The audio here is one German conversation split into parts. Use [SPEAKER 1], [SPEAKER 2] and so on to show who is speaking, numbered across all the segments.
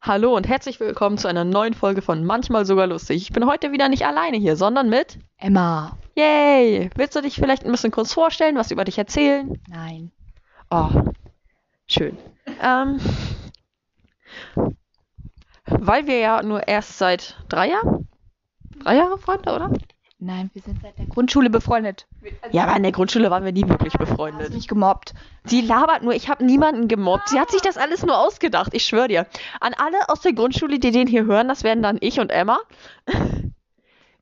[SPEAKER 1] Hallo und herzlich willkommen zu einer neuen Folge von Manchmal sogar lustig. Ich bin heute wieder nicht alleine hier, sondern mit
[SPEAKER 2] Emma.
[SPEAKER 1] Yay! Willst du dich vielleicht ein bisschen kurz vorstellen, was über dich erzählen?
[SPEAKER 2] Nein.
[SPEAKER 1] Oh, schön. ähm, weil wir ja nur erst seit drei Jahren, drei Jahre Freunde, oder?
[SPEAKER 2] Nein, wir sind seit der Grundschule befreundet.
[SPEAKER 1] Ja, aber in der Grundschule waren wir nie wirklich
[SPEAKER 2] Du hast
[SPEAKER 1] befreundet.
[SPEAKER 2] mich gemobbt.
[SPEAKER 1] Sie labert nur, ich habe niemanden gemobbt. Sie hat sich das alles nur ausgedacht, ich schwöre dir. An alle aus der Grundschule, die den hier hören, das wären dann ich und Emma.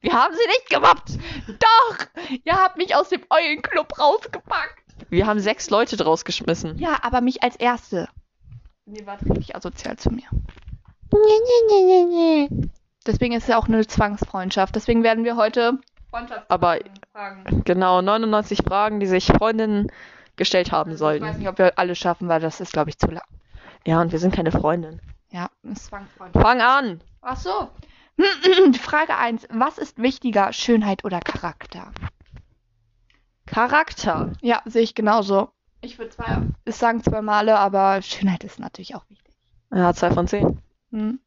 [SPEAKER 1] Wir haben sie nicht gemobbt. Doch, ihr habt mich aus dem Eulenclub rausgepackt. Wir haben sechs Leute draus geschmissen.
[SPEAKER 2] Ja, aber mich als Erste. Ihr wart richtig asozial zu mir. Deswegen ist es ja auch eine Zwangsfreundschaft. Deswegen werden wir heute Freundschaft
[SPEAKER 1] Aber
[SPEAKER 2] fragen.
[SPEAKER 1] genau, 99 Fragen, die sich Freundinnen gestellt haben
[SPEAKER 2] Also ich weiß
[SPEAKER 1] sollten.
[SPEAKER 2] nicht, ob wir alle schaffen, weil das ist, glaube ich, zu lang.
[SPEAKER 1] Ja, und wir sind keine Freundin.
[SPEAKER 2] Ja, eine Zwangsfreundschaft.
[SPEAKER 1] Fang an.
[SPEAKER 2] Ach so. Frage 1. Was ist wichtiger, Schönheit oder Charakter?
[SPEAKER 1] Charakter.
[SPEAKER 2] Ja, sehe ich genauso. Ich würde zwar es sagen zwei Male, aber Schönheit ist natürlich auch wichtig.
[SPEAKER 1] Ja, zwei von zehn.
[SPEAKER 2] Hm.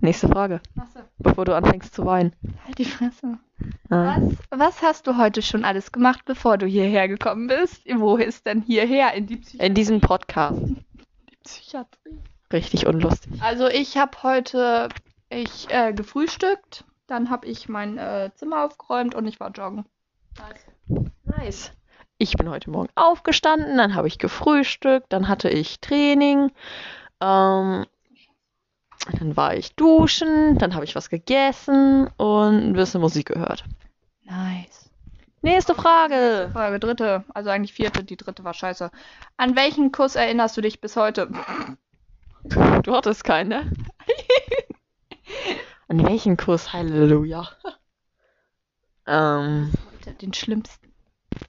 [SPEAKER 1] Nächste Frage, bevor du anfängst zu weinen. Ah.
[SPEAKER 2] Halt die Fresse.
[SPEAKER 1] Ja.
[SPEAKER 2] Was, was hast du heute schon alles gemacht, bevor du hierher gekommen bist? Wo ist denn hierher? In die Psychi
[SPEAKER 1] In diesem Podcast.
[SPEAKER 2] Psychiatrie.
[SPEAKER 1] Richtig unlustig.
[SPEAKER 2] Also ich habe heute ich äh, gefrühstückt, dann habe ich mein äh, Zimmer aufgeräumt und ich war joggen.
[SPEAKER 1] Nice. Ich bin heute Morgen aufgestanden, dann habe ich gefrühstückt, dann hatte ich Training, ähm, dann war ich duschen, dann habe ich was gegessen und ein bisschen Musik gehört.
[SPEAKER 2] Nice.
[SPEAKER 1] Nächste Frage.
[SPEAKER 2] Frage dritte, also eigentlich vierte, die dritte war scheiße. An welchen Kuss erinnerst du dich bis heute?
[SPEAKER 1] Du hattest keinen, ne? An welchen Kuss? Halleluja. Ähm,
[SPEAKER 2] Den schlimmsten.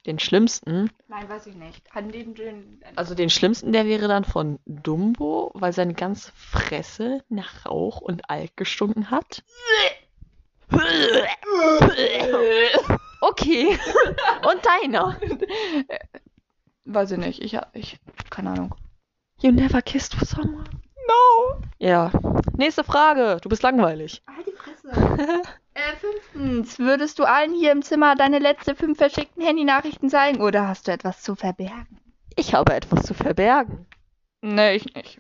[SPEAKER 1] den schlimmsten.
[SPEAKER 2] Nein, weiß ich nicht. An den, den
[SPEAKER 1] Also den schlimmsten, der wäre dann von Dumbo, weil seine ganze Fresse nach Rauch und Alk gestunken hat. Okay. Und deiner.
[SPEAKER 2] weiß ich nicht. Ich hab ich keine Ahnung.
[SPEAKER 1] You never kissed someone.
[SPEAKER 2] No.
[SPEAKER 1] Ja. Nächste Frage. Du bist langweilig.
[SPEAKER 2] Halt die Fresse. äh, fünftens, würdest du allen hier im Zimmer deine letzte fünf verschickten Handynachrichten zeigen oder hast du etwas zu verbergen?
[SPEAKER 1] Ich habe etwas zu verbergen.
[SPEAKER 2] Nee, Ne, ich nicht.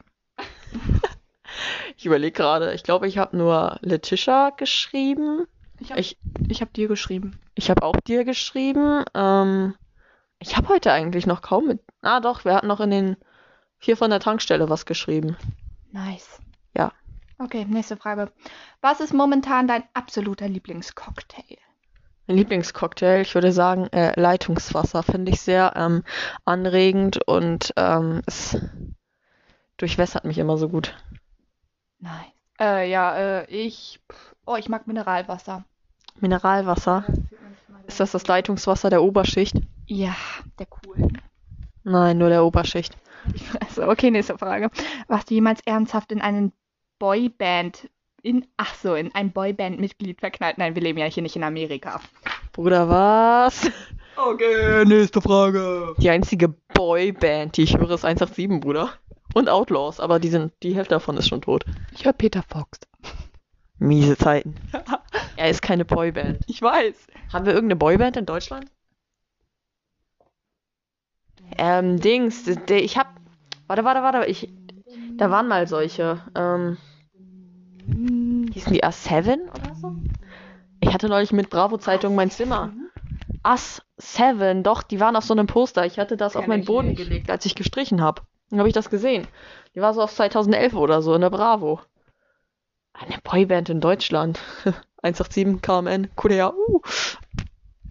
[SPEAKER 1] Ich überlege gerade. Ich glaube, ich habe nur Letitia geschrieben.
[SPEAKER 2] Ich
[SPEAKER 1] hab- Ich-
[SPEAKER 2] hab dir geschrieben.
[SPEAKER 1] Ich habe auch dir geschrieben. Ähm, ich habe heute eigentlich noch kaum mit. Ah, doch. Wir hatten noch in den hier von der Tankstelle was geschrieben.
[SPEAKER 2] Nice.
[SPEAKER 1] Ja.
[SPEAKER 2] Okay, nächste Frage. Was ist momentan dein absoluter Lieblingscocktail?
[SPEAKER 1] Mein Lieblingscocktail, ich würde sagen, äh, Leitungswasser finde ich sehr ähm, anregend und ähm, es durchwässert mich immer so gut.
[SPEAKER 2] Nice. Äh, ja, äh, ich. pff, Oh, ich mag Mineralwasser.
[SPEAKER 1] Mineralwasser. Ist das das Leitungswasser der Oberschicht?
[SPEAKER 2] Ja, der cool.
[SPEAKER 1] Nein, nur der Oberschicht.
[SPEAKER 2] Also, okay, nächste Frage. Warst du jemals ernsthaft in einen Boyband, in, ach so, in ein Boyband-Mitglied verknallt? Nein, wir leben ja hier nicht in Amerika.
[SPEAKER 1] Bruder, was?
[SPEAKER 2] Okay, nächste Frage.
[SPEAKER 1] Die einzige Boyband, die ich höre, ist 187, Bruder. Und Outlaws, aber die sind, die Hälfte davon ist schon tot.
[SPEAKER 2] Ich höre Peter Fox.
[SPEAKER 1] Miese Zeiten. Er ist keine Boyband.
[SPEAKER 2] Ich weiß.
[SPEAKER 1] Haben wir irgendeine Boyband in Deutschland? Ähm, Dings, d- d- ich hab. Warte, warte, warte, ich. Da waren mal solche. Ähm, hießen die A7 oder so? Ich hatte neulich mit Bravo Zeitung mein
[SPEAKER 2] Ah.
[SPEAKER 1] Zimmer. A7, doch, die waren auf so einem Poster. Ich hatte das auf
[SPEAKER 2] Kenn
[SPEAKER 1] meinen
[SPEAKER 2] ich
[SPEAKER 1] Boden
[SPEAKER 2] nicht.
[SPEAKER 1] gelegt, als ich gestrichen habe. Dann habe ich das gesehen. Die war so auf 2011 oder so in der Bravo. Eine Boyband in Deutschland. 187 KMN, Kudea, uh.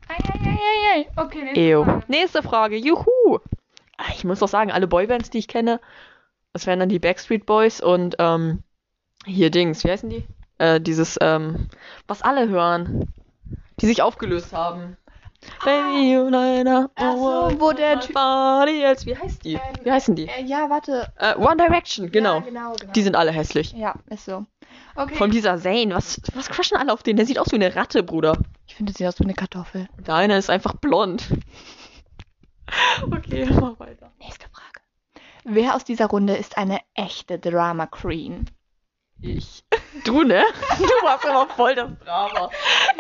[SPEAKER 2] Eieieiei. Okay, nächste
[SPEAKER 1] Ew.
[SPEAKER 2] Frage.
[SPEAKER 1] Nächste Frage. Juhu. Ah, Ich muss doch sagen, alle Boybands, die ich kenne, das wären dann die Backstreet Boys und ähm, hier Dings. Wie heißen die? Äh, dieses, ähm, was alle hören. Die sich aufgelöst haben. Baby, you know,
[SPEAKER 2] Ah. Ach so, wo der Typ-
[SPEAKER 1] Body else. Wie heißt die?
[SPEAKER 2] Ähm,
[SPEAKER 1] Wie heißen die?
[SPEAKER 2] Äh, ja, warte.
[SPEAKER 1] Äh, One Direction, genau.
[SPEAKER 2] Ja, genau, genau.
[SPEAKER 1] Die sind alle hässlich.
[SPEAKER 2] ja, ist so. Okay.
[SPEAKER 1] Von dieser Zane. Was, was crashen alle auf den? Der sieht aus wie eine Ratte, Bruder.
[SPEAKER 2] ich finde, sie aus wie eine Kartoffel.
[SPEAKER 1] Deiner ist einfach blond. Okay, mach weiter.
[SPEAKER 2] Nächste Frage. Wer aus dieser Runde ist eine echte Drama Queen?
[SPEAKER 1] Ich. Du, ne? Du machst immer voll das Drama.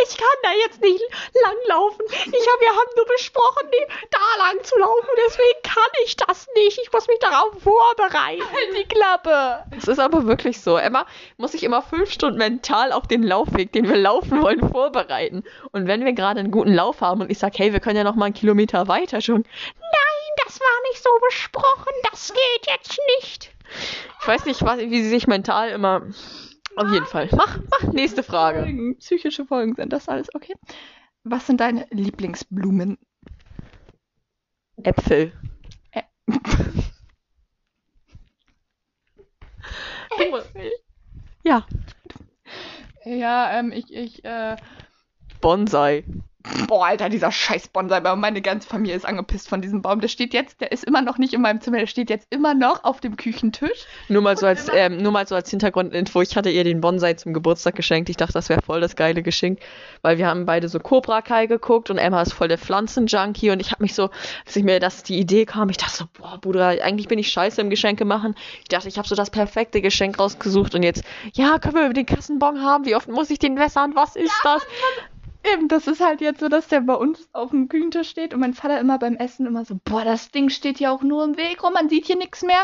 [SPEAKER 1] Ich kann da jetzt nicht langlaufen. Ich hab, wir haben nur besprochen, die- da lang zu laufen. Deswegen kann ich das nicht. Ich muss mich darauf vorbereiten.
[SPEAKER 2] Halt Die Klappe!
[SPEAKER 1] Es ist aber wirklich so. Emma muss sich immer fünf Stunden mental auf den Laufweg, den wir laufen wollen, vorbereiten. Und wenn wir gerade einen guten Lauf haben und ich sage, hey, wir können ja noch mal einen Kilometer weiter schon. Nein, das war nicht so besprochen. Das geht jetzt nicht. Ich weiß nicht, was, wie sie sich mental immer. Auf jeden Fall. Mach, mach nächste Frage.
[SPEAKER 2] Folgen, psychische Folgen sind das alles, okay? Was sind deine Lieblingsblumen?
[SPEAKER 1] Äpfel.
[SPEAKER 2] Ä-
[SPEAKER 1] Ja.
[SPEAKER 2] Ja, ähm, ich, ich, äh.
[SPEAKER 1] Bonsai.
[SPEAKER 2] Boah, Alter, dieser scheiß Bonsai, aber meine ganze Familie ist angepisst von diesem Baum. Der steht jetzt, der ist immer noch nicht in meinem Zimmer, der steht jetzt immer noch auf dem Küchentisch.
[SPEAKER 1] Nur mal, so
[SPEAKER 2] Und
[SPEAKER 1] als,
[SPEAKER 2] Emma-
[SPEAKER 1] ähm, nur mal so als Hintergrundinfo, ich hatte ihr den Bonsai zum Geburtstag geschenkt. Ich dachte, das wäre voll das geile Geschenk, weil wir haben beide so Cobra Kai geguckt und Emma ist voll der Pflanzenjunkie und ich habe mich so, als ich mir das die Idee kam, ich dachte so, boah, Bruder, eigentlich bin ich scheiße im Geschenke machen. Ich dachte, ich habe so das perfekte Geschenk rausgesucht und jetzt, ja, können wir den Kassenbon haben? Wie oft muss ich den wässern? Was ist das?
[SPEAKER 2] Eben, das ist halt jetzt so, dass der bei uns auf dem Küchentisch steht und mein Vater immer beim Essen immer so, boah, das Ding steht ja auch nur im Weg rum, man sieht hier nichts mehr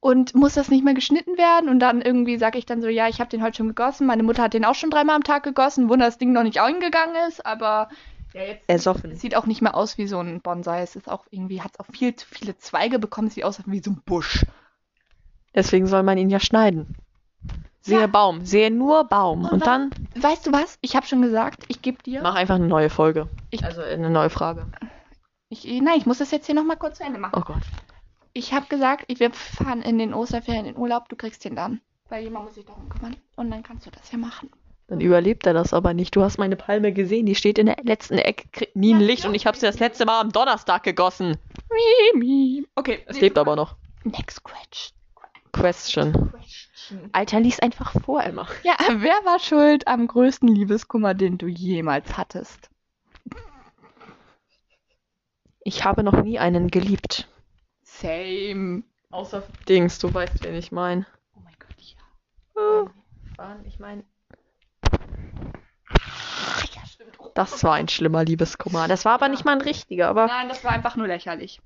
[SPEAKER 2] und muss das nicht mehr geschnitten werden und dann irgendwie sage ich dann so, ja, ich habe den heute schon gegossen, meine Mutter hat den auch schon dreimal am Tag gegossen, Wunder, das Ding noch nicht eingegangen ist, aber ja, jetzt es
[SPEAKER 1] Ersoffen.
[SPEAKER 2] sieht auch nicht mehr aus wie so ein Bonsai, es ist auch irgendwie, hat es auch viel zu viele Zweige bekommen, es sieht aus wie so ein Busch.
[SPEAKER 1] Deswegen soll man ihn ja schneiden. Sehe
[SPEAKER 2] Ja.
[SPEAKER 1] Baum, sehe nur Baum
[SPEAKER 2] Und
[SPEAKER 1] und dann
[SPEAKER 2] Weißt du was? Ich habe schon gesagt, ich gebe dir.
[SPEAKER 1] mach einfach eine neue Folge.
[SPEAKER 2] Ich-
[SPEAKER 1] also eine neue Frage.
[SPEAKER 2] Ich, nein, ich muss das jetzt hier nochmal kurz zu Ende machen.
[SPEAKER 1] Oh Gott.
[SPEAKER 2] Ich habe gesagt, ich- wir fahren in den Osterferien in den Urlaub, du kriegst den dann. Weil jemand muss sich darum kümmern. Und dann kannst du das ja machen.
[SPEAKER 1] Dann überlebt er das aber nicht. Du hast meine Palme gesehen, die steht in der letzten Ecke, kriegt nie ein
[SPEAKER 2] Ja,
[SPEAKER 1] Licht und ich habe sie das letzte Mal am Donnerstag gegossen.
[SPEAKER 2] Okay,
[SPEAKER 1] Es lebt aber noch.
[SPEAKER 2] Next question.
[SPEAKER 1] Question. Alter, lies einfach vor, Emma.
[SPEAKER 2] Ja, wer war schuld am größten Liebeskummer, den du jemals hattest?
[SPEAKER 1] Ich habe noch nie einen geliebt.
[SPEAKER 2] Same.
[SPEAKER 1] Außer Dings, du weißt, wen ich meine.
[SPEAKER 2] Oh mein Gott, ja.
[SPEAKER 1] Hm. Ich meine,
[SPEAKER 2] Ach, ja, stimmt.
[SPEAKER 1] das war ein schlimmer Liebeskummer. Das war aber nicht mal ein richtiger, aber
[SPEAKER 2] Nein, das war einfach nur lächerlich.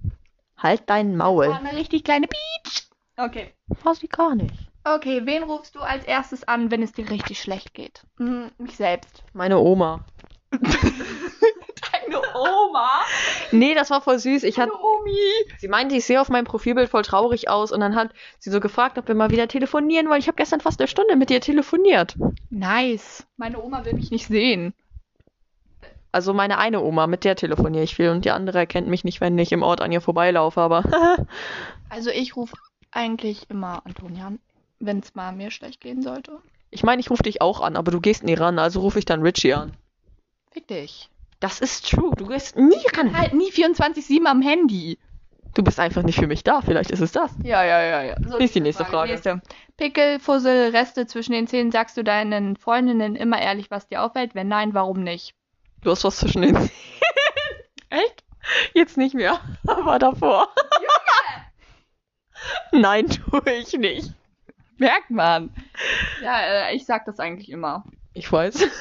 [SPEAKER 1] halt dein
[SPEAKER 2] War
[SPEAKER 1] Maul.
[SPEAKER 2] eine richtig kleine Peach. Okay.
[SPEAKER 1] War sie gar nicht.
[SPEAKER 2] Okay, wen rufst du als erstes an, wenn es dir richtig schlecht geht? Hm, mich selbst.
[SPEAKER 1] Meine Oma.
[SPEAKER 2] Deine Oma?
[SPEAKER 1] Nee, das war voll süß. Ich hatte
[SPEAKER 2] Deine Omi?
[SPEAKER 1] Sie meinte, ich sehe auf meinem Profilbild voll traurig aus und dann hat sie so gefragt, ob wir mal wieder telefonieren wollen. Ich habe gestern fast eine Stunde mit ihr telefoniert.
[SPEAKER 2] Nice. Meine Oma will mich nicht sehen.
[SPEAKER 1] Also meine eine Oma, mit der telefoniere ich viel und die andere erkennt mich nicht, wenn ich im Ort an ihr vorbeilaufe, aber
[SPEAKER 2] Also ich rufe eigentlich immer Antonia an, wenn es mal mir schlecht gehen sollte.
[SPEAKER 1] ich meine, ich rufe dich auch an, aber du gehst nie ran, also rufe ich dann Richie an.
[SPEAKER 2] Fick dich.
[SPEAKER 1] Das ist true, du gehst nie ran.
[SPEAKER 2] Halt nie 24-7 am Handy.
[SPEAKER 1] Du bist einfach nicht für mich da, vielleicht ist es das.
[SPEAKER 2] Ja, ja, ja, ja. So,
[SPEAKER 1] Hier ist die nächste Frage.
[SPEAKER 2] Nächste. Pickel, Fussel, Reste zwischen den Zähnen. Sagst du deinen Freundinnen immer ehrlich, was dir auffällt? Wenn nein, warum nicht?
[SPEAKER 1] Du hast was zwischen den
[SPEAKER 2] Echt?
[SPEAKER 1] Jetzt nicht mehr, aber davor. Nein, tue ich nicht.
[SPEAKER 2] Merkt man. Ja, äh, ich sag das eigentlich immer.
[SPEAKER 1] Ich weiß.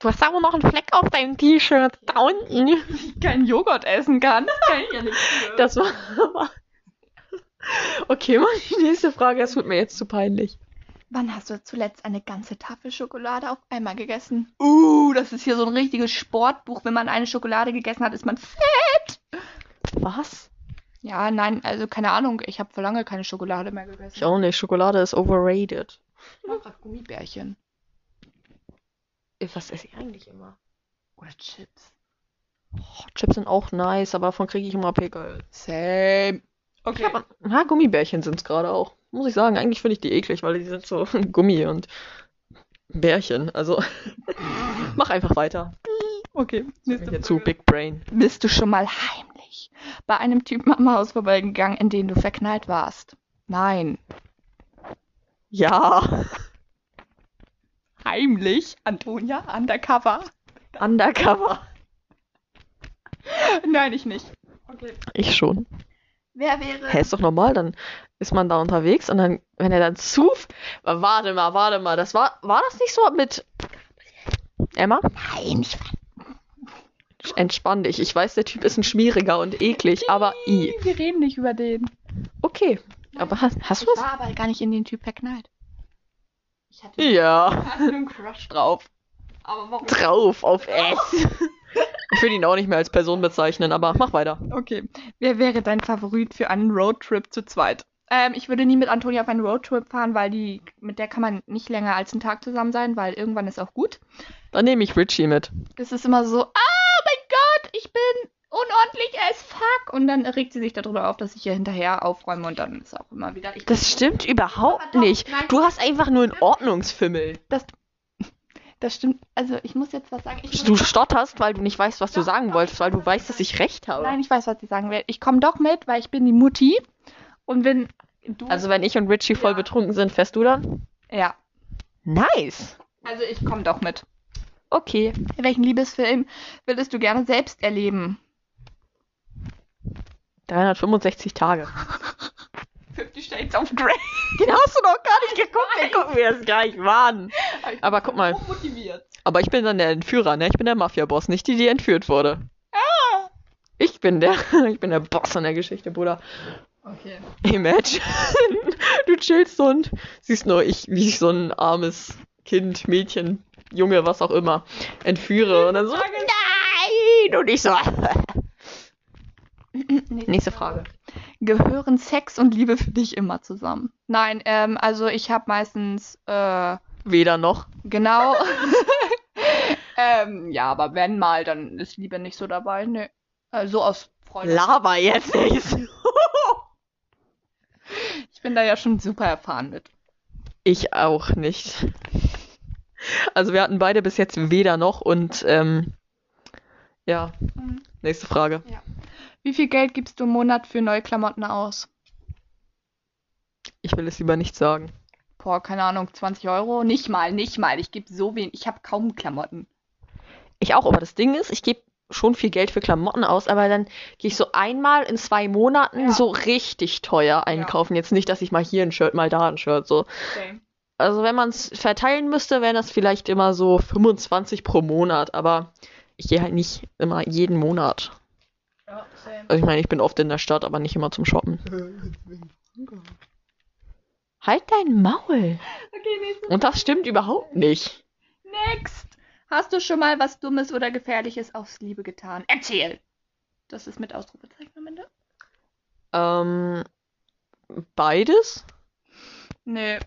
[SPEAKER 1] Du hast aber noch einen Fleck auf deinem T-Shirt da unten.
[SPEAKER 2] Ich keinen Joghurt essen kann. Das kann ich ja nicht.
[SPEAKER 1] Das war aber. Okay, mach die nächste Frage, das wird mir jetzt zu peinlich.
[SPEAKER 2] Wann hast du zuletzt eine ganze Tafel Schokolade auf einmal gegessen? Uh, das ist hier so ein richtiges Sportbuch. Wenn man eine Schokolade gegessen hat, ist man fett.
[SPEAKER 1] Was?
[SPEAKER 2] Ja, nein, also keine Ahnung. Ich habe vor lange keine Schokolade mehr gegessen.
[SPEAKER 1] Ich auch nicht. Schokolade ist overrated.
[SPEAKER 2] auch. gerade Gummibärchen.
[SPEAKER 1] Was esse ich eigentlich immer?
[SPEAKER 2] Oder Chips.
[SPEAKER 1] Oh, Chips sind auch nice, aber davon kriege ich immer Pickel.
[SPEAKER 2] Same.
[SPEAKER 1] Ich
[SPEAKER 2] Okay.
[SPEAKER 1] hab, na, Gummibärchen sind es gerade auch. Muss ich sagen, eigentlich finde ich die eklig, weil die sind so Gummi und Bärchen. Also, mach einfach weiter.
[SPEAKER 2] Okay, nächste
[SPEAKER 1] Zu Big Brain.
[SPEAKER 2] Bist du schon mal heimlich bei einem Typen am Haus vorbeigegangen, in den du verknallt warst? Nein.
[SPEAKER 1] Ja.
[SPEAKER 2] Heimlich? Antonia? Undercover?
[SPEAKER 1] Undercover.
[SPEAKER 2] Nein, ich nicht. Okay.
[SPEAKER 1] Ich schon.
[SPEAKER 2] Wer wäre.
[SPEAKER 1] Hä, ist doch normal, dann ist man da unterwegs und dann, wenn er dann zu. Warte mal, warte mal, das war, war das nicht so mit. Emma?
[SPEAKER 2] Nein, ich war.
[SPEAKER 1] Entspann dich. Ich weiß, der Typ ist ein schmieriger und eklig, aber i.
[SPEAKER 2] Wir reden nicht über den.
[SPEAKER 1] Okay. Aber hast, hast du
[SPEAKER 2] ich
[SPEAKER 1] was?
[SPEAKER 2] war aber gar nicht in den Typ verknallt. Ich hatte,
[SPEAKER 1] Hm. Ja.
[SPEAKER 2] hatte einen Crush drauf. Aber warum?
[SPEAKER 1] Drauf auf S. Ich will ihn auch nicht mehr als Person bezeichnen, aber mach weiter.
[SPEAKER 2] Okay. Wer wäre dein Favorit für einen Roadtrip zu zweit? Ähm, ich würde nie mit Antonia auf einen Roadtrip fahren, weil die, mit der kann man nicht länger als einen Tag zusammen sein, weil irgendwann ist auch gut.
[SPEAKER 1] Dann nehme ich Richie mit.
[SPEAKER 2] Das ist immer so, ah, mein Gott, ich bin unordentlich as fuck. Und dann regt sie sich darüber auf, dass ich ihr hinterher aufräume und dann ist auch immer wieder. Ich
[SPEAKER 1] Das stimmt überhaupt
[SPEAKER 2] Aber doch,
[SPEAKER 1] nicht.
[SPEAKER 2] nein.
[SPEAKER 1] Du hast einfach nur einen Ordnungsfimmel.
[SPEAKER 2] das, das stimmt. Also ich muss jetzt was sagen. Ich
[SPEAKER 1] Du
[SPEAKER 2] muss-
[SPEAKER 1] stotterst, weil du nicht weißt, was du
[SPEAKER 2] Doch,
[SPEAKER 1] sagen
[SPEAKER 2] doch,
[SPEAKER 1] wolltest,
[SPEAKER 2] ich
[SPEAKER 1] weil
[SPEAKER 2] weiß,
[SPEAKER 1] du
[SPEAKER 2] was
[SPEAKER 1] weißt,
[SPEAKER 2] ich
[SPEAKER 1] dass ich recht habe.
[SPEAKER 2] Nein, ich weiß, was sie sagen will. Ich komme doch mit, weil ich bin die Mutti und wenn du.
[SPEAKER 1] Also wenn ich und Richie voll
[SPEAKER 2] Ja.
[SPEAKER 1] betrunken sind, fährst du dann?
[SPEAKER 2] ja.
[SPEAKER 1] Nice.
[SPEAKER 2] Also ich komme doch mit.
[SPEAKER 1] Okay.
[SPEAKER 2] Welchen Liebesfilm würdest du gerne selbst erleben?
[SPEAKER 1] 365 Tage.
[SPEAKER 2] Fifty Shades of Grey.
[SPEAKER 1] Den hast du noch gar nicht geguckt. Den gucken wir jetzt gleich mal an.
[SPEAKER 2] Ich
[SPEAKER 1] Aber guck mal.
[SPEAKER 2] Hochmotiviert.
[SPEAKER 1] Aber ich bin dann der Entführer, ne? Ich bin der Mafia-Boss, nicht die, die entführt wurde. Ich bin der, ich bin der Boss an der Geschichte, Bruder.
[SPEAKER 2] Okay.
[SPEAKER 1] Imagine, du chillst und siehst nur ich, wie ich so ein armes Kind, Mädchen, Junge, was auch immer, entführe und dann so, nein! Und ich so, nächste Frage.
[SPEAKER 2] Gehören Sex und Liebe für dich immer zusammen? Nein, ähm, also ich habe meistens äh,
[SPEAKER 1] Weder noch.
[SPEAKER 2] genau. ähm, ja, aber wenn mal, dann ist Liebe nicht so dabei. Ne, äh, so aus Freude.
[SPEAKER 1] Laber jetzt nicht. so.
[SPEAKER 2] ich bin da ja schon super erfahren mit.
[SPEAKER 1] Ich auch nicht. Also wir hatten beide bis jetzt weder noch und ähm, ja,
[SPEAKER 2] Hm.
[SPEAKER 1] nächste Frage.
[SPEAKER 2] Wie viel Geld gibst du im Monat für neue Klamotten aus?
[SPEAKER 1] Ich will es lieber nicht sagen.
[SPEAKER 2] Boah, keine Ahnung, 20 Euro? Nicht mal, nicht mal. Ich gebe so wenig. Ich habe kaum Klamotten.
[SPEAKER 1] Ich auch, aber das Ding ist, ich gebe schon viel Geld für Klamotten aus, aber dann gehe ich so einmal in zwei Monaten
[SPEAKER 2] Ja.
[SPEAKER 1] so richtig teuer einkaufen. Jetzt nicht, dass ich mal hier ein Shirt, mal da ein Shirt so. Also wenn man es verteilen müsste, wären das vielleicht immer so 25 pro Monat, aber ich gehe halt nicht immer jeden Monat.
[SPEAKER 2] Ja, same.
[SPEAKER 1] Also ich meine, ich bin oft in der Stadt, aber nicht immer zum Shoppen. Halt dein Maul.
[SPEAKER 2] Okay, nächstes.
[SPEAKER 1] Und das stimmt überhaupt nicht.
[SPEAKER 2] Next. Hast du schon mal was Dummes oder Gefährliches aus Liebe getan? Erzähl. Das ist mit Ausrufezeichen am Ende?
[SPEAKER 1] Ähm, beides?
[SPEAKER 2] Nee.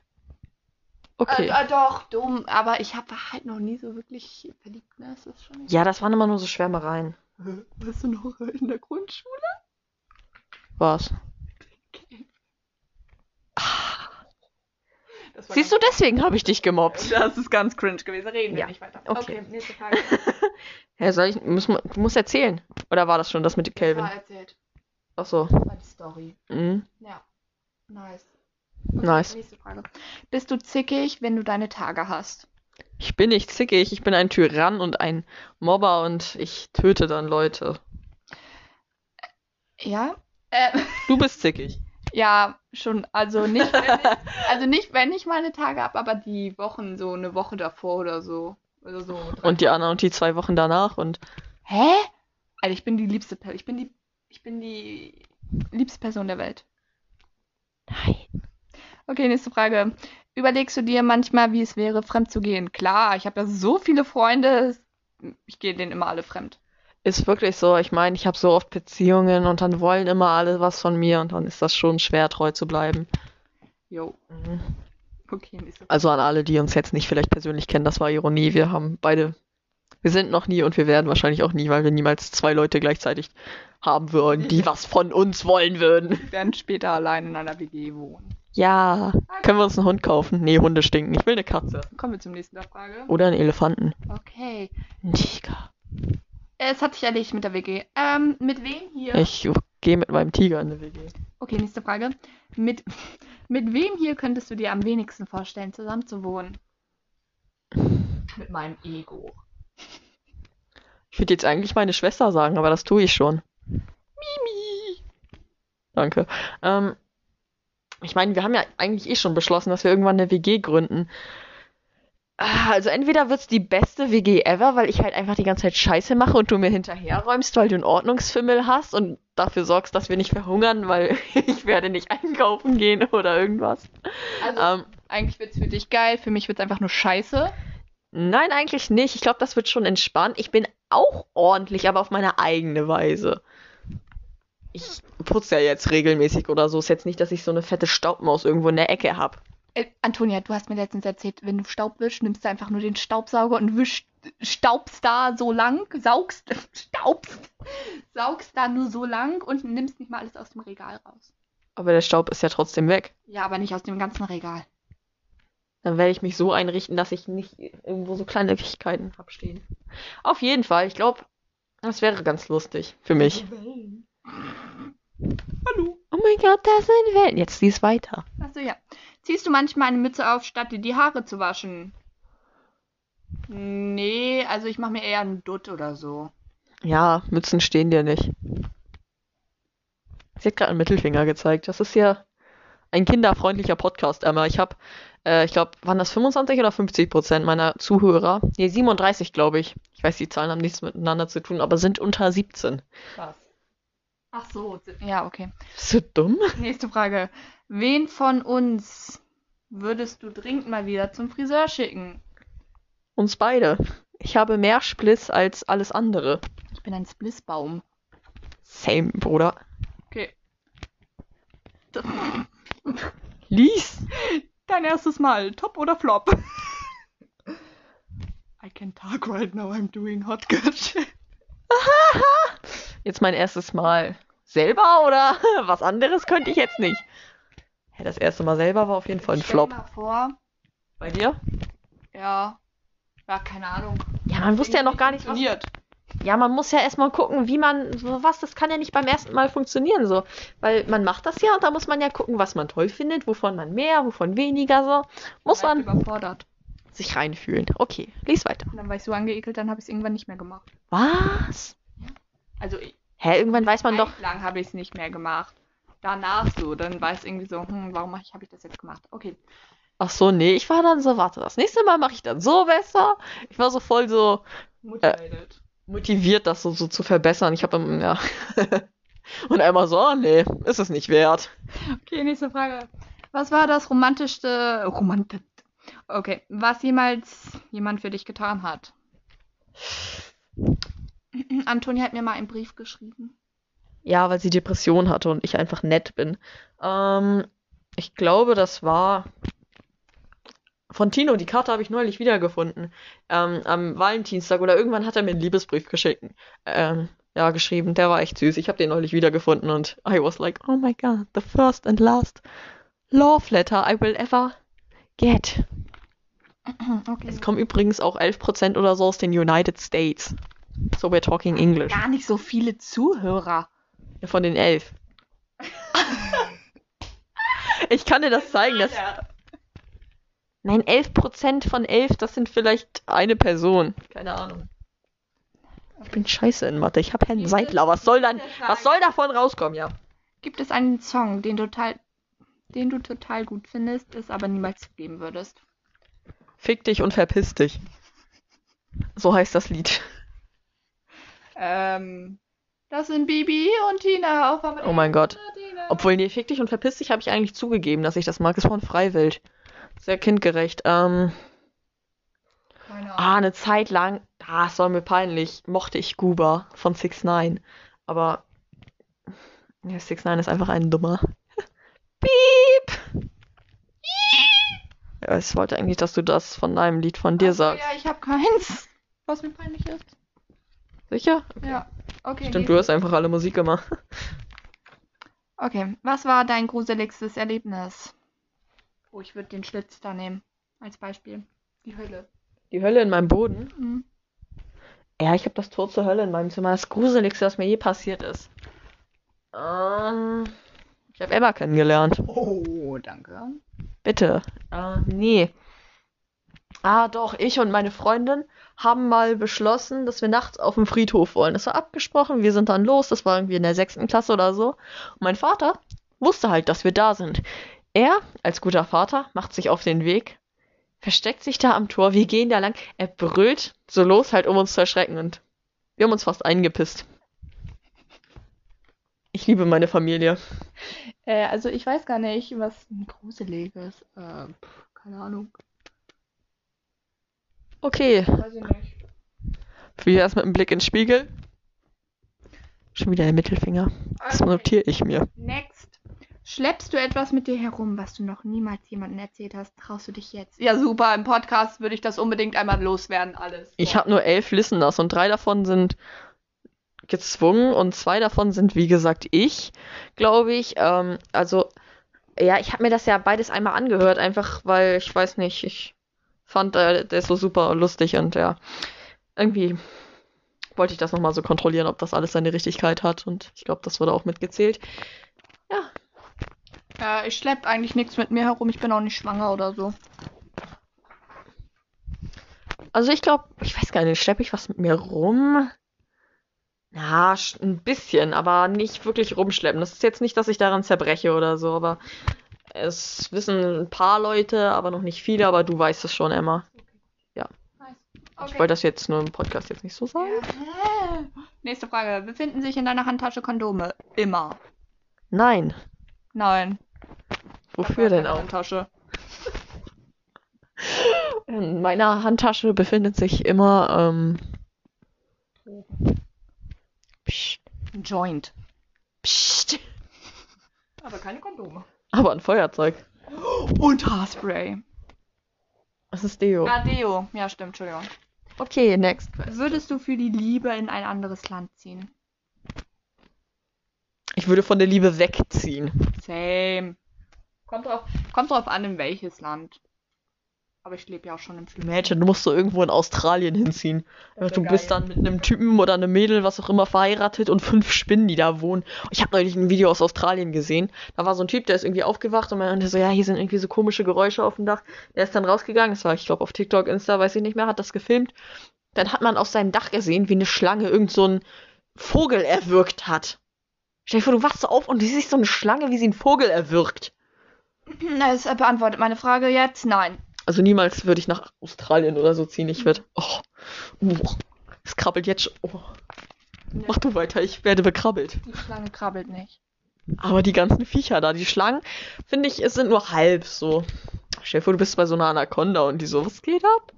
[SPEAKER 1] Okay.
[SPEAKER 2] Äh, äh, doch, dumm. Aber ich habe halt noch nie so wirklich verliebt. Ne? Das ist schon...
[SPEAKER 1] ja, das waren immer nur so Schwärmereien.
[SPEAKER 2] Bist du noch in der Grundschule?
[SPEAKER 1] Was?
[SPEAKER 2] Das
[SPEAKER 1] Siehst du, deswegen habe ich dich gemobbt.
[SPEAKER 2] Das ist ganz cringe gewesen. Reden
[SPEAKER 1] wir Ja.
[SPEAKER 2] nicht weiter.
[SPEAKER 1] Okay. Okay,
[SPEAKER 2] nächste Frage.
[SPEAKER 1] Hä, soll ich, muss, man- du musst erzählen. Oder war das schon das mit Calvin?
[SPEAKER 2] erzählt.
[SPEAKER 1] Ach so.
[SPEAKER 2] Das war die Story.
[SPEAKER 1] Mhm.
[SPEAKER 2] Ja. Nice.
[SPEAKER 1] Nice.
[SPEAKER 2] Nächste Frage. Bist du zickig, wenn du deine Tage hast?
[SPEAKER 1] Ich bin nicht zickig, ich bin ein Tyrann und ein Mobber und ich töte dann Leute.
[SPEAKER 2] Ja. Ähm,
[SPEAKER 1] Du bist zickig.
[SPEAKER 2] ja, schon. Also nicht, wenn ich, also nicht, wenn ich meine Tage habe, aber die Wochen, so eine Woche davor oder so. Oder so.
[SPEAKER 1] Und die anderen und die zwei Wochen danach und
[SPEAKER 2] Hä? Alter, ich bin die liebste Person. Ich bin die. Ich bin die liebste Person der Welt.
[SPEAKER 1] Nein.
[SPEAKER 2] Okay, nächste Frage. Überlegst du dir manchmal, wie es wäre, fremd zu gehen? Klar, ich habe ja so viele Freunde. Ich gehe denen immer alle fremd.
[SPEAKER 1] ist wirklich so. Ich meine, ich habe so oft Beziehungen und dann wollen immer alle was von mir und dann ist das schon schwer, treu zu bleiben.
[SPEAKER 2] Jo.
[SPEAKER 1] Mhm.
[SPEAKER 2] Okay, nächste
[SPEAKER 1] Also an alle, die uns jetzt nicht vielleicht persönlich kennen, das war Ironie. Wir haben beide, wir sind noch nie und wir werden wahrscheinlich auch nie, weil wir niemals zwei Leute gleichzeitig haben würden, die was von uns wollen würden.
[SPEAKER 2] Wir werden später allein in einer WG wohnen.
[SPEAKER 1] Ja. Können wir uns einen Hund kaufen? Nee, Hunde stinken. Ich will eine Katze.
[SPEAKER 2] Kommen wir zum nächsten der Frage.
[SPEAKER 1] Oder einen Elefanten.
[SPEAKER 2] Okay.
[SPEAKER 1] Ein Tiger.
[SPEAKER 2] Es hat sich erledigt mit der WG. Ähm, mit wem hier?
[SPEAKER 1] Ich gehe mit meinem Tiger in eine WG.
[SPEAKER 2] Okay, nächste Frage. Mit, mit wem hier könntest du dir am wenigsten vorstellen, zusammen zu wohnen?
[SPEAKER 3] Mit meinem Ego.
[SPEAKER 1] Ich würde jetzt eigentlich meine Schwester sagen, aber das tue ich schon.
[SPEAKER 2] Mimi.
[SPEAKER 1] Danke. Ähm, ich meine, wir haben ja eigentlich eh schon beschlossen, dass wir irgendwann eine WG gründen. Ah, Also entweder wird's die beste WG ever, weil ich halt einfach die ganze Zeit Scheiße mache und du mir hinterherräumst, weil du einen Ordnungsfimmel hast und dafür sorgst, dass wir nicht verhungern, weil ich werde nicht einkaufen gehen oder irgendwas.
[SPEAKER 2] Also,
[SPEAKER 1] Ähm,
[SPEAKER 2] eigentlich wird's für dich geil, für mich wird's einfach nur scheiße.
[SPEAKER 1] nein, eigentlich nicht. Ich glaube, das wird schon entspannt. Ich bin auch ordentlich, aber auf meine eigene Weise. Ich putze ja jetzt regelmäßig oder so. Ist jetzt nicht, dass ich so eine fette Staubmaus irgendwo in der Ecke habe.
[SPEAKER 2] Äh, Antonia, du hast mir letztens erzählt, wenn du Staub wischst, nimmst du einfach nur den Staubsauger und wischst, staubst da so lang, saugst, staubst, saugst da nur so lang und nimmst nicht mal alles aus dem Regal raus.
[SPEAKER 1] Aber der Staub ist ja trotzdem weg.
[SPEAKER 2] Ja, aber nicht aus dem ganzen Regal.
[SPEAKER 1] Dann werde ich mich so einrichten, dass ich nicht irgendwo so Kleinigkeiten habe stehen. Auf jeden Fall, ich glaube, das wäre ganz lustig für mich.
[SPEAKER 3] Wellen.
[SPEAKER 1] Oh mein Gott, da sind Wellen. Jetzt lies weiter.
[SPEAKER 2] Achso, ja. Ziehst du manchmal eine Mütze auf, statt dir die Haare zu waschen? Nee, also ich mache mir eher einen Dutt oder so.
[SPEAKER 1] Ja, Mützen stehen dir nicht. Sie hat gerade einen Mittelfinger gezeigt. Das ist ja ein kinderfreundlicher Podcast, Emma. Ich habe, äh, ich glaube, waren das 25 oder 50 Prozent meiner Zuhörer? Nee, 37, glaube ich. Ich weiß, die Zahlen haben nichts miteinander zu tun, aber sind unter 17.
[SPEAKER 3] Krass. Ach so,
[SPEAKER 2] Ja, okay.
[SPEAKER 1] Bist du dumm?
[SPEAKER 2] Nächste Frage. Wen von uns würdest du dringend mal wieder zum Friseur schicken?
[SPEAKER 1] Uns beide. Ich habe mehr Spliss als alles andere.
[SPEAKER 2] Ich bin ein Splissbaum.
[SPEAKER 1] Same, Bruder.
[SPEAKER 2] Okay.
[SPEAKER 1] Lies!
[SPEAKER 2] Dein erstes Mal, top oder flop? I can talk right now, I'm doing hot girl shit.
[SPEAKER 1] Jetzt mein erstes Mal. Selber oder was anderes könnte ich jetzt nicht. Hä, das erste Mal selber war auf jeden Fall ein
[SPEAKER 2] Stell
[SPEAKER 1] Flop.
[SPEAKER 2] mal vor,
[SPEAKER 1] Bei dir?
[SPEAKER 2] ja, ja, keine Ahnung.
[SPEAKER 1] Ja, man wusste ja noch gar nicht, was.
[SPEAKER 2] Funktioniert.
[SPEAKER 1] Ja, man muss ja erstmal gucken, wie man. so Was, das kann ja nicht beim ersten Mal funktionieren, so. Weil man macht das ja und da muss man ja gucken, was man toll findet, wovon man mehr, wovon weniger, so. Muss
[SPEAKER 2] War ich
[SPEAKER 1] man
[SPEAKER 2] überfordert.
[SPEAKER 1] sich reinfühlen. Okay, lies weiter.
[SPEAKER 2] Und dann war ich so angeekelt, dann habe ich es irgendwann nicht mehr gemacht.
[SPEAKER 1] Was?
[SPEAKER 2] Also ich,
[SPEAKER 1] Hä, irgendwann weiß man doch.
[SPEAKER 2] lang habe ich es nicht mehr gemacht. Danach so, dann war es irgendwie so, hm, warum habe ich, hab ich das jetzt gemacht? Okay,
[SPEAKER 1] Ach so, nee, ich war dann so, warte, das nächste Mal mache ich dann so besser. Ich war so voll so
[SPEAKER 3] motivated.
[SPEAKER 1] motiviert, das so, so zu verbessern. Ich habe ja. Und einmal so, oh, nee, ist es nicht wert.
[SPEAKER 2] Okay, nächste Frage. Was war das romantischste. Romantik. Okay, was jemals jemand für dich getan hat? Antonia hat mir mal einen Brief geschrieben.
[SPEAKER 1] Ja, weil sie Depression hatte und ich einfach nett bin. Ähm, ich glaube, das war von Tino. Die Karte habe ich neulich wiedergefunden. Ähm, am Valentinstag oder irgendwann hat er mir einen Liebesbrief geschickt. Ähm, ja, geschrieben. Der war echt süß. Ich habe den neulich wiedergefunden und I was like, oh my God, the first and last love letter I will ever get.
[SPEAKER 2] Okay.
[SPEAKER 1] Es kommen übrigens auch 11% oder so aus den United States. So we're talking English.
[SPEAKER 2] Gar nicht so viele Zuhörer.
[SPEAKER 1] Von den 11. ich kann dir das zeigen. Das, nein, 11% von 11, das sind vielleicht eine Person.
[SPEAKER 3] Keine Ahnung.
[SPEAKER 1] Ich bin scheiße in Mathe. Ich habe Herrn Seidler. Was soll dann, was soll davon rauskommen, ja?
[SPEAKER 2] Gibt es einen Song, den, total, den du total gut findest, es aber niemals zugeben würdest?
[SPEAKER 1] Fick dich und verpiss dich. So heißt das Lied.
[SPEAKER 2] Ähm. Das sind Bibi und Tina auf
[SPEAKER 1] Oh mein Gott. Obwohl, nee, fick dich und verpiss dich habe ich eigentlich zugegeben, dass ich das mag. Ist von Freiwild. Sehr kindgerecht. Ähm,
[SPEAKER 2] Keine Ahnung.
[SPEAKER 1] ah, eine Zeit lang, ah, es war mir peinlich, mochte ich Guba von 6 9 Aber ja, 6 9 ist einfach ein dummer. Piep! Ja, ich wollte eigentlich, dass du das von deinem Lied von dir
[SPEAKER 2] Ach so,
[SPEAKER 1] sagst.
[SPEAKER 2] Ja, ich habe keins. Was mir peinlich ist.
[SPEAKER 1] Sicher?
[SPEAKER 2] Ja. Okay.
[SPEAKER 1] Stimmt, du hast einfach alle Musik gemacht.
[SPEAKER 2] Okay. Was war dein gruseligstes Erlebnis? Oh, ich würde den Schlitz da nehmen. Als Beispiel. Die Hölle. Mhm.
[SPEAKER 1] Die Hölle in meinem Boden. Ja, ich habe das Tor zur Hölle in meinem Zimmer. Das Gruseligste, was mir je passiert ist. Ähm, ich habe Emma kennengelernt.
[SPEAKER 2] Oh, danke.
[SPEAKER 1] Bitte. Äh, nee. Ah, doch, ich und meine Freundin haben mal beschlossen, dass wir nachts auf den Friedhof wollen. Das war abgesprochen, wir sind dann los, das war irgendwie in der sechsten Klasse oder so. Und mein Vater wusste halt, dass wir da sind. Er, als guter Vater, macht sich auf den Weg, versteckt sich da am Tor, wir gehen da lang, er brüllt so los halt, um uns zu erschrecken und wir haben uns fast eingepisst. Ich liebe meine Familie.
[SPEAKER 2] Äh, also ich weiß gar nicht, was ein gruseliges. Äh, pff, keine Ahnung.
[SPEAKER 1] Okay,
[SPEAKER 3] Weiß ich nicht.
[SPEAKER 1] wieder erst mit einem Blick in den Spiegel. Schon wieder der Mittelfinger. Das
[SPEAKER 2] Okay,
[SPEAKER 1] notiere ich mir.
[SPEAKER 2] Next. Schleppst du etwas mit dir herum, was du noch niemals jemandem erzählt hast? Traust du dich jetzt? Ja, super. Im Podcast würde ich das unbedingt einmal loswerden, alles.
[SPEAKER 1] Ich habe nur elf Listeners und drei davon sind gezwungen und zwei davon sind, wie gesagt, ich, glaube ich. Ähm, also, ja, ich habe mir das ja beides einmal angehört, einfach weil ich weiß nicht, ich fand, äh, der ist so super lustig und ja, irgendwie wollte ich das nochmal so kontrollieren, ob das alles seine Richtigkeit hat und ich glaube, das wurde auch mitgezählt.
[SPEAKER 2] Äh, ich schlepp eigentlich nichts mit mir herum. Ich bin auch nicht schwanger oder so.
[SPEAKER 1] Also ich glaube, ich weiß gar nicht, schleppe ich was mit mir rum? Na, sch- ein bisschen, aber nicht wirklich rumschleppen. Das ist jetzt nicht, dass ich daran zerbreche oder so, aber es wissen ein paar Leute, aber noch nicht viele, aber du weißt es schon, Emma.
[SPEAKER 2] Nice.
[SPEAKER 1] Ich wollte das jetzt nur im Podcast jetzt nicht so sagen.
[SPEAKER 2] Ja. Nächste Frage. Befinden sich in deiner Handtasche Kondome? Immer.
[SPEAKER 1] Nein.
[SPEAKER 2] Nein.
[SPEAKER 1] Wofür denn auch?
[SPEAKER 2] Handtasche.
[SPEAKER 1] In meiner Handtasche befindet sich immer, ähm. Psst,
[SPEAKER 2] Ein Joint.
[SPEAKER 1] psst.
[SPEAKER 3] Aber keine Kondome.
[SPEAKER 1] Aber ein Feuerzeug.
[SPEAKER 2] Und Haarspray.
[SPEAKER 1] Das ist Deo.
[SPEAKER 2] Ah, Deo. Ja, stimmt. Entschuldigung.
[SPEAKER 1] Okay, next.
[SPEAKER 2] Würdest du für die Liebe in ein anderes Land ziehen?
[SPEAKER 1] Ich würde von der Liebe wegziehen.
[SPEAKER 2] Same. Kommt drauf, kommt drauf an, in welches Land. Aber ich lebe ja auch schon im Flügel.
[SPEAKER 1] Imagine, du musst so irgendwo in Australien hinziehen.
[SPEAKER 3] Das wär
[SPEAKER 1] du bist
[SPEAKER 3] geil.
[SPEAKER 1] dann mit einem Typen oder einem Mädel, was auch immer, verheiratet und fünf Spinnen, die da wohnen. Ich habe neulich ein Video aus Australien gesehen. Da war so ein Typ, der ist irgendwie aufgewacht und meinte so, ja, hier sind irgendwie so komische Geräusche auf dem Dach. Der ist dann rausgegangen, das war, ich glaube, auf TikTok, Insta, weiß ich nicht mehr, hat das gefilmt. Dann hat man auf seinem Dach gesehen, wie eine Schlange irgend so einen Vogel erwürgt hat. Stell dir vor, du wachst so auf und du siehst so eine Schlange, wie sie einen Vogel erwürgt.
[SPEAKER 2] Das beantwortet meine Frage jetzt. Nein.
[SPEAKER 1] Also niemals würde ich nach Australien oder so ziehen. Ich würde. Oh, oh, es krabbelt jetzt schon. Oh. Mach du weiter, ich werde bekrabbelt.
[SPEAKER 2] Die Schlange krabbelt nicht.
[SPEAKER 1] Aber die ganzen Viecher da, die Schlangen, finde ich, es sind nur halb so. Stell dir vor, du bist bei so einer Anaconda und die so, was geht ab?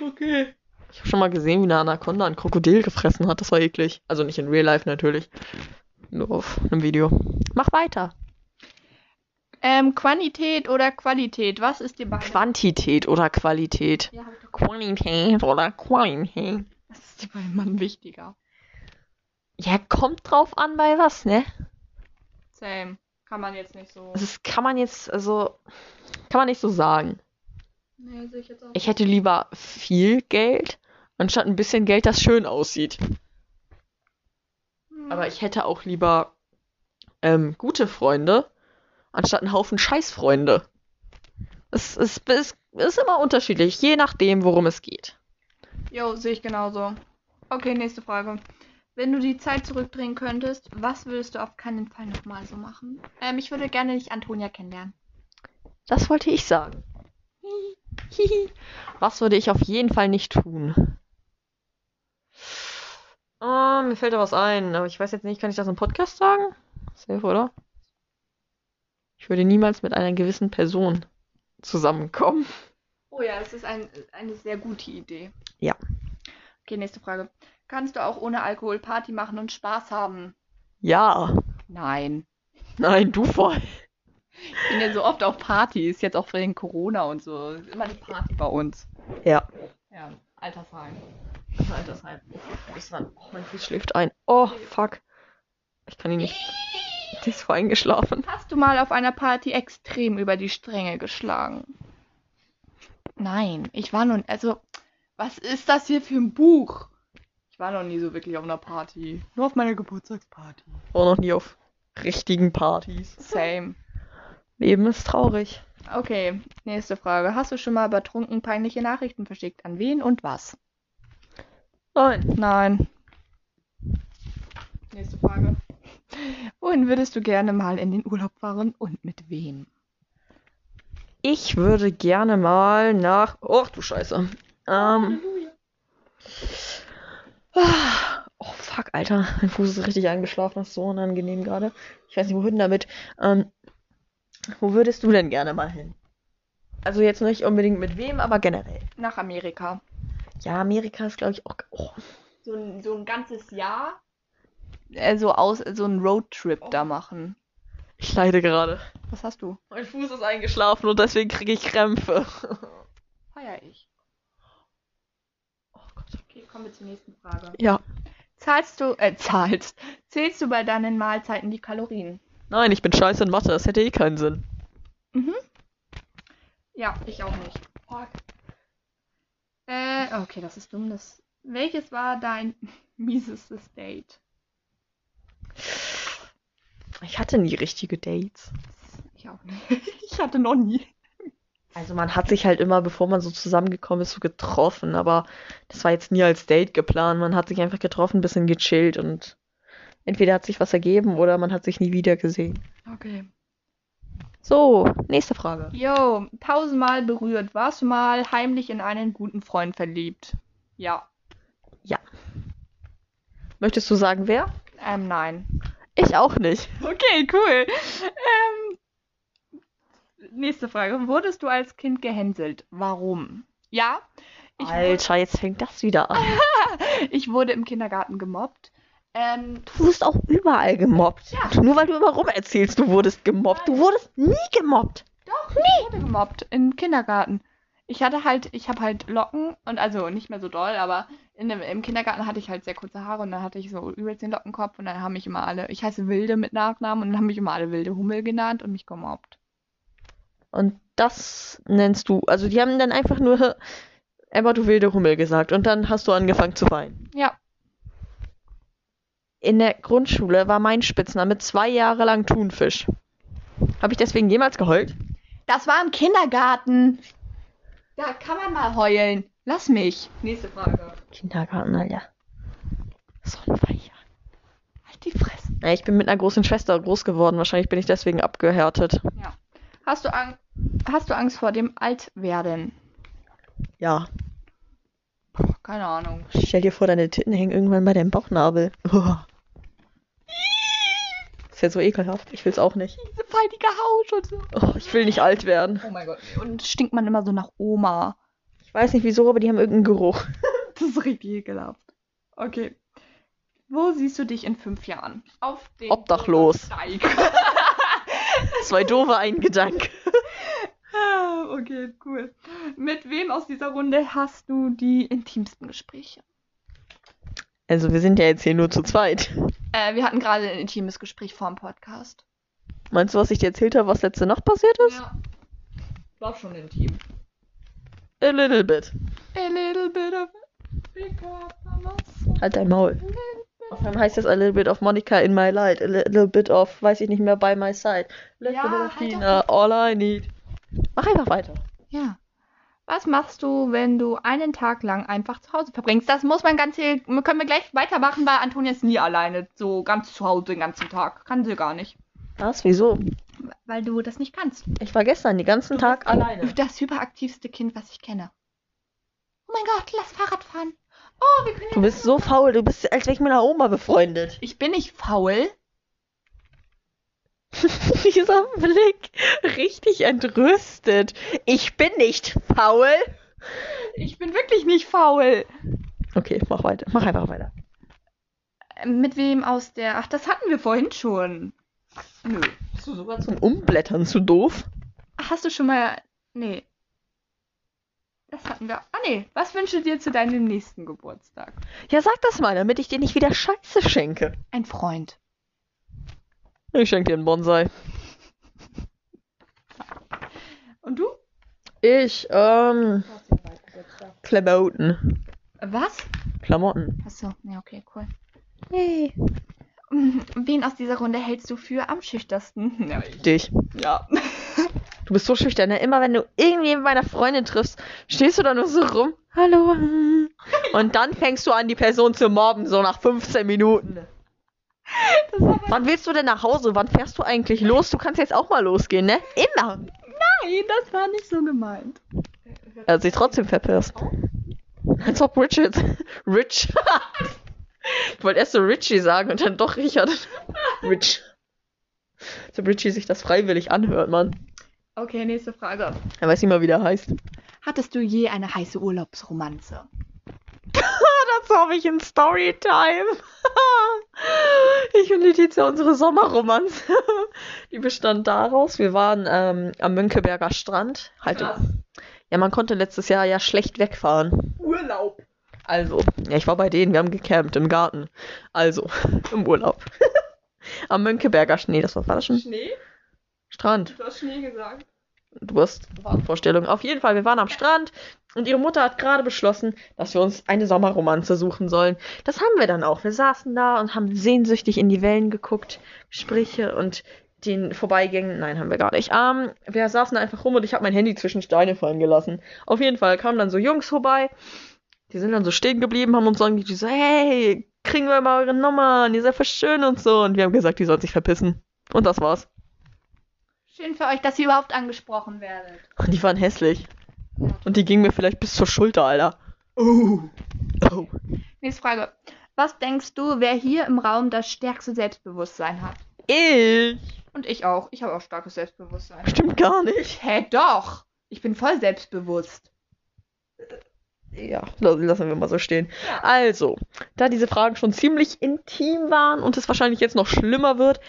[SPEAKER 3] Okay.
[SPEAKER 1] Ich habe schon mal gesehen, wie eine Anaconda ein Krokodil gefressen hat. Das war eklig. Also nicht in Real Life natürlich. Nur auf einem Video. Mach weiter.
[SPEAKER 2] Ähm, Quantität oder Qualität? Was ist dir beide?
[SPEAKER 1] Quantität oder Qualität?
[SPEAKER 2] ja, hab ich doch geguckt.
[SPEAKER 1] Qualität oder Qualität?
[SPEAKER 2] Was ist dir bei einem Mann wichtiger?
[SPEAKER 1] Ja, kommt drauf an, bei was, ne?
[SPEAKER 2] Same. Kann man jetzt nicht so.
[SPEAKER 1] Das ist, kann man jetzt, also, kann man nicht so sagen.
[SPEAKER 2] Nee, sehe ich jetzt auch.
[SPEAKER 1] Ich hätte lieber viel Geld, anstatt ein bisschen Geld, das schön aussieht.
[SPEAKER 2] Hm.
[SPEAKER 1] Aber ich hätte auch lieber ähm, gute Freunde, anstatt einen Haufen Scheißfreunde. Es ist, es ist immer unterschiedlich, je nachdem, worum es geht.
[SPEAKER 2] Jo, sehe ich genauso. Okay, nächste Frage. Wenn du die Zeit zurückdrehen könntest, was würdest du auf keinen Fall nochmal so machen? Ähm, ich würde gerne dich Antonia kennenlernen.
[SPEAKER 1] Das wollte ich sagen. Hihi. Was würde ich auf jeden Fall nicht tun? Ah, mir fällt da was ein, aber ich weiß jetzt nicht, kann ich das im Podcast sagen? Safe, oder? Ich würde niemals mit einer gewissen Person zusammenkommen.
[SPEAKER 2] Oh ja, es ist ein, eine sehr gute Idee.
[SPEAKER 1] Ja.
[SPEAKER 2] Okay, nächste Frage. Kannst du auch ohne Alkohol Party machen und Spaß haben?
[SPEAKER 1] Ja.
[SPEAKER 2] Nein.
[SPEAKER 1] Nein, du voll.
[SPEAKER 2] Ich bin ja so oft auf Partys, jetzt auch wegen Corona und so. Ist Immer die Party bei uns.
[SPEAKER 1] Ja.
[SPEAKER 2] Ja, Altersheim.
[SPEAKER 1] Altersheim. Oh, mein Fuß schläft ein. Oh, fuck. Ich kann ihn nicht. Die ist vorhin geschlafen.
[SPEAKER 2] Hast du mal auf einer Party extrem über die Stränge geschlagen? Nein, ich war nun, also, was ist das hier für ein Buch? Ich war noch nie so wirklich auf einer Party. Nur auf meiner Geburtstagsparty.
[SPEAKER 1] War noch nie auf richtigen Partys.
[SPEAKER 2] Same.
[SPEAKER 1] Leben ist traurig.
[SPEAKER 2] Okay, nächste Frage. Hast du schon mal betrunken peinliche Nachrichten verschickt? An wen und was?
[SPEAKER 1] Nein.
[SPEAKER 2] Nein.
[SPEAKER 3] Nächste Frage.
[SPEAKER 2] Wohin würdest du gerne mal in den Urlaub fahren und mit wem?
[SPEAKER 1] Ich würde gerne mal nach. Och du Scheiße. Ähm.
[SPEAKER 3] Halleluja.
[SPEAKER 1] Oh fuck, Alter. Mein Fuß ist richtig eingeschlafen. Das ist so unangenehm gerade. Ich weiß nicht, wohin damit. Ähm. Wo würdest du denn gerne mal hin? Also jetzt nicht unbedingt mit wem, aber generell.
[SPEAKER 2] Nach Amerika.
[SPEAKER 1] Ja, Amerika ist, glaube ich, auch. Oh,
[SPEAKER 3] So ein, so ein ganzes Jahr.
[SPEAKER 2] Äh, so aus, so einen Roadtrip
[SPEAKER 3] Oh.
[SPEAKER 2] da machen.
[SPEAKER 1] ich leide gerade.
[SPEAKER 2] Was hast du?
[SPEAKER 1] Mein Fuß ist eingeschlafen und deswegen kriege ich Krämpfe.
[SPEAKER 2] Feier ich.
[SPEAKER 1] Oh Gott.
[SPEAKER 3] Okay, kommen wir zur nächsten Frage.
[SPEAKER 1] Ja.
[SPEAKER 2] Zahlst du, äh, zahlst. Zählst du bei deinen Mahlzeiten die Kalorien?
[SPEAKER 1] Nein, ich bin scheiße in Mathe. Das hätte eh keinen Sinn.
[SPEAKER 2] Ja.
[SPEAKER 3] Ich auch nicht. Fuck.
[SPEAKER 2] Äh, okay, das ist dumm. Das, welches war dein miesestes Date?
[SPEAKER 1] Ich hatte nie richtige Dates.
[SPEAKER 2] Ich auch nicht. Ich hatte noch nie.
[SPEAKER 1] Also man hat sich halt immer, bevor man so zusammengekommen ist, so getroffen, aber das war jetzt nie als Date geplant. Man hat sich einfach getroffen, bisschen gechillt und entweder hat sich was ergeben oder man hat sich nie wieder gesehen.
[SPEAKER 2] Okay.
[SPEAKER 1] So, nächste Frage.
[SPEAKER 2] Yo, tausendmal berührt. Warst du mal heimlich in einen guten Freund verliebt? Ja.
[SPEAKER 1] Möchtest du sagen, wer?
[SPEAKER 2] Ähm, nein.
[SPEAKER 1] Ich auch nicht.
[SPEAKER 2] Okay, cool. Ähm, nächste Frage. Wurdest du als Kind gehänselt? Warum? Ja. Ich, wu-
[SPEAKER 1] Alter, jetzt fängt das wieder an.
[SPEAKER 2] ich wurde im Kindergarten gemobbt. Ähm,
[SPEAKER 1] Du wirst auch überall gemobbt. Nur weil du immer rum erzählst, du wurdest gemobbt. Du wurdest nie gemobbt.
[SPEAKER 2] Ich wurde gemobbt im Kindergarten. Ich hatte halt, ich habe halt Locken und also nicht mehr so doll, aber in dem, im Kindergarten hatte ich halt sehr kurze Haare und dann hatte ich so übelst den Lockenkopf und dann haben mich immer alle, ich heiße Wilde mit Nachnamen und dann haben mich immer alle Wilde Hummel genannt und mich gemobbt.
[SPEAKER 1] Und das nennst du, also die haben dann einfach nur, Emma, du wilde Hummel gesagt. Und dann hast du angefangen zu weinen.
[SPEAKER 2] Ja,
[SPEAKER 1] In der Grundschule war mein Spitzname zwei Jahre lang Thunfisch. Habe ich deswegen jemals geheult?
[SPEAKER 2] das war im Kindergarten. Da kann man mal heulen. Lass mich.
[SPEAKER 3] Nächste Frage.
[SPEAKER 1] Kindergarten, Alter. So ein Weicher.
[SPEAKER 2] Halt die Fresse.
[SPEAKER 1] Ja, ich bin mit einer großen Schwester groß geworden. Wahrscheinlich bin ich deswegen abgehärtet.
[SPEAKER 2] Hast du, Ang hast du Angst vor dem Altwerden?
[SPEAKER 1] Ja.
[SPEAKER 2] Puh, keine Ahnung.
[SPEAKER 1] Stell dir vor, deine Titten hängen irgendwann bei deinem Bauchnabel. Uah. Ist ja so ekelhaft. Ich will's auch nicht.
[SPEAKER 2] Diese feinige Haut und so.
[SPEAKER 1] Oh, ich will nicht alt werden.
[SPEAKER 3] Oh mein Gott.
[SPEAKER 2] Und stinkt man immer so nach Oma.
[SPEAKER 1] Ich weiß nicht wieso, aber die haben irgendeinen Geruch.
[SPEAKER 2] Das ist richtig ekelhaft. Okay. Wo siehst du dich in fünf Jahren?
[SPEAKER 3] Auf den
[SPEAKER 1] Obdachlos.
[SPEAKER 3] Steig.
[SPEAKER 1] Zwei doofe, ein Gedanke.
[SPEAKER 2] Ah, Okay, cool. Mit wem aus dieser Runde hast du die intimsten Gespräche?
[SPEAKER 1] Also, wir sind ja jetzt hier nur zu zweit.
[SPEAKER 2] Äh, wir hatten gerade ein intimes Gespräch vor dem Podcast.
[SPEAKER 1] Meinst du, was ich dir erzählt habe, was letzte Nacht passiert ist?
[SPEAKER 3] Ja. War schon intim.
[SPEAKER 1] A little bit.
[SPEAKER 2] A little bit of
[SPEAKER 1] Halt dein Maul. Auf einmal heißt das a little bit of Monica in my light, a little bit of, weiß ich nicht mehr, by my side. A little
[SPEAKER 2] Ja,
[SPEAKER 1] bit of
[SPEAKER 2] halt doch
[SPEAKER 1] Tina, all I need. Mach einfach weiter.
[SPEAKER 2] Ja. Was machst du, wenn du einen Tag lang einfach zu Hause verbringst? Das muss man ganz hier. Können wir gleich weitermachen, weil Antonia ist nie alleine. So ganz zu Hause den ganzen Tag. Kann sie gar nicht.
[SPEAKER 1] Was? Wieso?
[SPEAKER 2] Weil du das nicht kannst.
[SPEAKER 1] Ich war gestern den ganzen Tag alleine.
[SPEAKER 2] Das hyperaktivste Kind, was ich kenne. Oh mein Gott, lass Fahrrad fahren. Oh, wir können
[SPEAKER 1] Du bist so faul, du bist, als wäre ich mit einer Oma befreundet.
[SPEAKER 2] Ich bin nicht faul.
[SPEAKER 1] Dieser Blick, richtig entrüstet. Ich bin nicht faul.
[SPEAKER 2] Ich bin wirklich nicht faul.
[SPEAKER 1] Okay, mach weiter, mach einfach weiter.
[SPEAKER 2] Mit wem aus der. Ach, das hatten wir vorhin schon. Nö.
[SPEAKER 3] Bist du sogar
[SPEAKER 1] Zum Umblättern zu doof.
[SPEAKER 2] Hast du schon mal. Nee. Das hatten wir. Ah, nee. Was wünschst du dir zu deinem nächsten Geburtstag?
[SPEAKER 1] Ja, sag das mal, damit ich dir nicht wieder Scheiße schenke.
[SPEAKER 2] Ein Freund.
[SPEAKER 1] Ich schenke dir einen Bonsai.
[SPEAKER 2] Und du?
[SPEAKER 1] Ich, ähm,
[SPEAKER 3] hast den Wald gesetzt, ja.
[SPEAKER 1] Klamotten.
[SPEAKER 2] Was?
[SPEAKER 1] Klamotten.
[SPEAKER 2] Achso, ja, okay, cool.
[SPEAKER 1] Yay.
[SPEAKER 2] Wen aus dieser Runde hältst du für am schüchtersten? Ja.
[SPEAKER 1] Dich.
[SPEAKER 2] ja.
[SPEAKER 1] Du bist so schüchtern, ne? Immer wenn du irgendwie meiner Freundin triffst, stehst du da nur so rum. Hallo. hm. Und dann fängst du an, die Person zu mobben, so nach 15 Minuten. Wann willst du denn nach Hause? Wann fährst du eigentlich los? Du kannst jetzt auch mal losgehen, ne? Immer.
[SPEAKER 2] Nein, das war nicht so gemeint.
[SPEAKER 1] Er hat äh, sich trotzdem verpisst. Als ob Richard. Rich. ich wollte erst so Richie sagen und dann doch Richard. Rich. Als ob Richie sich das freiwillig anhört, Mann.
[SPEAKER 2] Okay, nächste Frage.
[SPEAKER 1] Er weiß nicht mal, wie der heißt.
[SPEAKER 2] Hattest du je eine heiße Urlaubsromanze?
[SPEAKER 1] Das habe ich in Storytime. ich und Letizia unsere Sommerromanze. Die bestand daraus, wir waren ähm, am Münkeberger Strand. Halt,
[SPEAKER 3] Krass.
[SPEAKER 1] ja, man konnte letztes Jahr ja schlecht wegfahren.
[SPEAKER 3] Urlaub.
[SPEAKER 1] Also, ja, ich war bei denen, wir haben gecampt im Garten. Also, im Urlaub. am Münkeberger Schnee, das war, war das schon?
[SPEAKER 3] Schnee?
[SPEAKER 1] Strand.
[SPEAKER 3] Du hast Schnee gesagt.
[SPEAKER 1] Du hast Vorstellung. Auf jeden Fall, wir waren am Strand und ihre Mutter hat gerade beschlossen, dass wir uns eine Sommerromanze suchen sollen. Das haben wir dann auch. Wir saßen da und haben sehnsüchtig in die Wellen geguckt, Gespräche und den Vorbeigängen. Nein, haben wir gar nicht. Ähm, wir saßen da einfach rum und ich habe mein Handy zwischen Steine fallen gelassen. Auf jeden Fall kamen dann so Jungs vorbei. Die sind dann so stehen geblieben, haben uns dann die so, hey, kriegen wir mal eure Nummern, ihr seid voll schön und so. Und wir haben gesagt, die sollen sich verpissen. Und das war's.
[SPEAKER 2] Schön für euch, dass ihr überhaupt angesprochen werdet.
[SPEAKER 1] Und die waren hässlich. Und die gingen mir vielleicht bis zur Schulter, Alter. Oh. Oh.
[SPEAKER 2] Nächste Frage. Was denkst du, wer hier im Raum das stärkste Selbstbewusstsein hat?
[SPEAKER 1] Ich.
[SPEAKER 2] Und ich auch. Ich habe auch starkes Selbstbewusstsein.
[SPEAKER 1] Stimmt gar nicht.
[SPEAKER 2] Hä, doch. Ich bin voll selbstbewusst.
[SPEAKER 1] Ja, la- lassen wir mal so stehen. Also, da diese Fragen schon ziemlich intim waren und es wahrscheinlich jetzt noch schlimmer wird,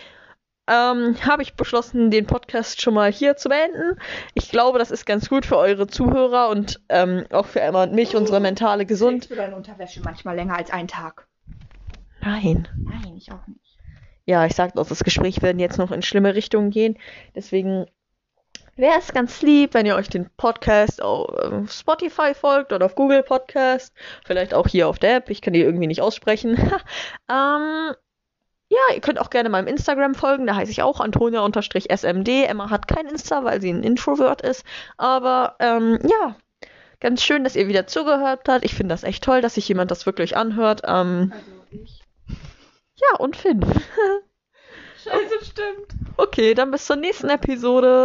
[SPEAKER 1] ähm, habe ich beschlossen, den Podcast schon mal hier zu beenden. Ich glaube, das ist ganz gut für eure Zuhörer und ähm, auch für Emma und mich, unsere mentale Gesund.
[SPEAKER 2] Trägst du deine Unterwäsche manchmal länger als einen Tag?
[SPEAKER 1] Nein.
[SPEAKER 2] Nein, ich auch nicht.
[SPEAKER 1] ja, ich sag doch, das Gespräch werden jetzt noch in schlimme Richtungen gehen. Deswegen wäre es ganz lieb, wenn ihr euch den Podcast auf äh, Spotify folgt oder auf Google Podcast. Vielleicht auch hier auf der App. Ich kann die irgendwie nicht aussprechen. ähm, ja, ihr könnt auch gerne meinem Instagram folgen. Da heiße ich auch Antonia-SMD. Emma hat kein Insta, weil sie ein Introvert ist. Aber ähm, ja. Ganz schön, dass ihr wieder zugehört habt. Ich finde das echt toll, dass sich jemand das wirklich anhört. Ähm,
[SPEAKER 3] Also ich.
[SPEAKER 1] ja, und Finn.
[SPEAKER 3] Scheiße, stimmt.
[SPEAKER 1] Okay, dann bis zur nächsten Episode.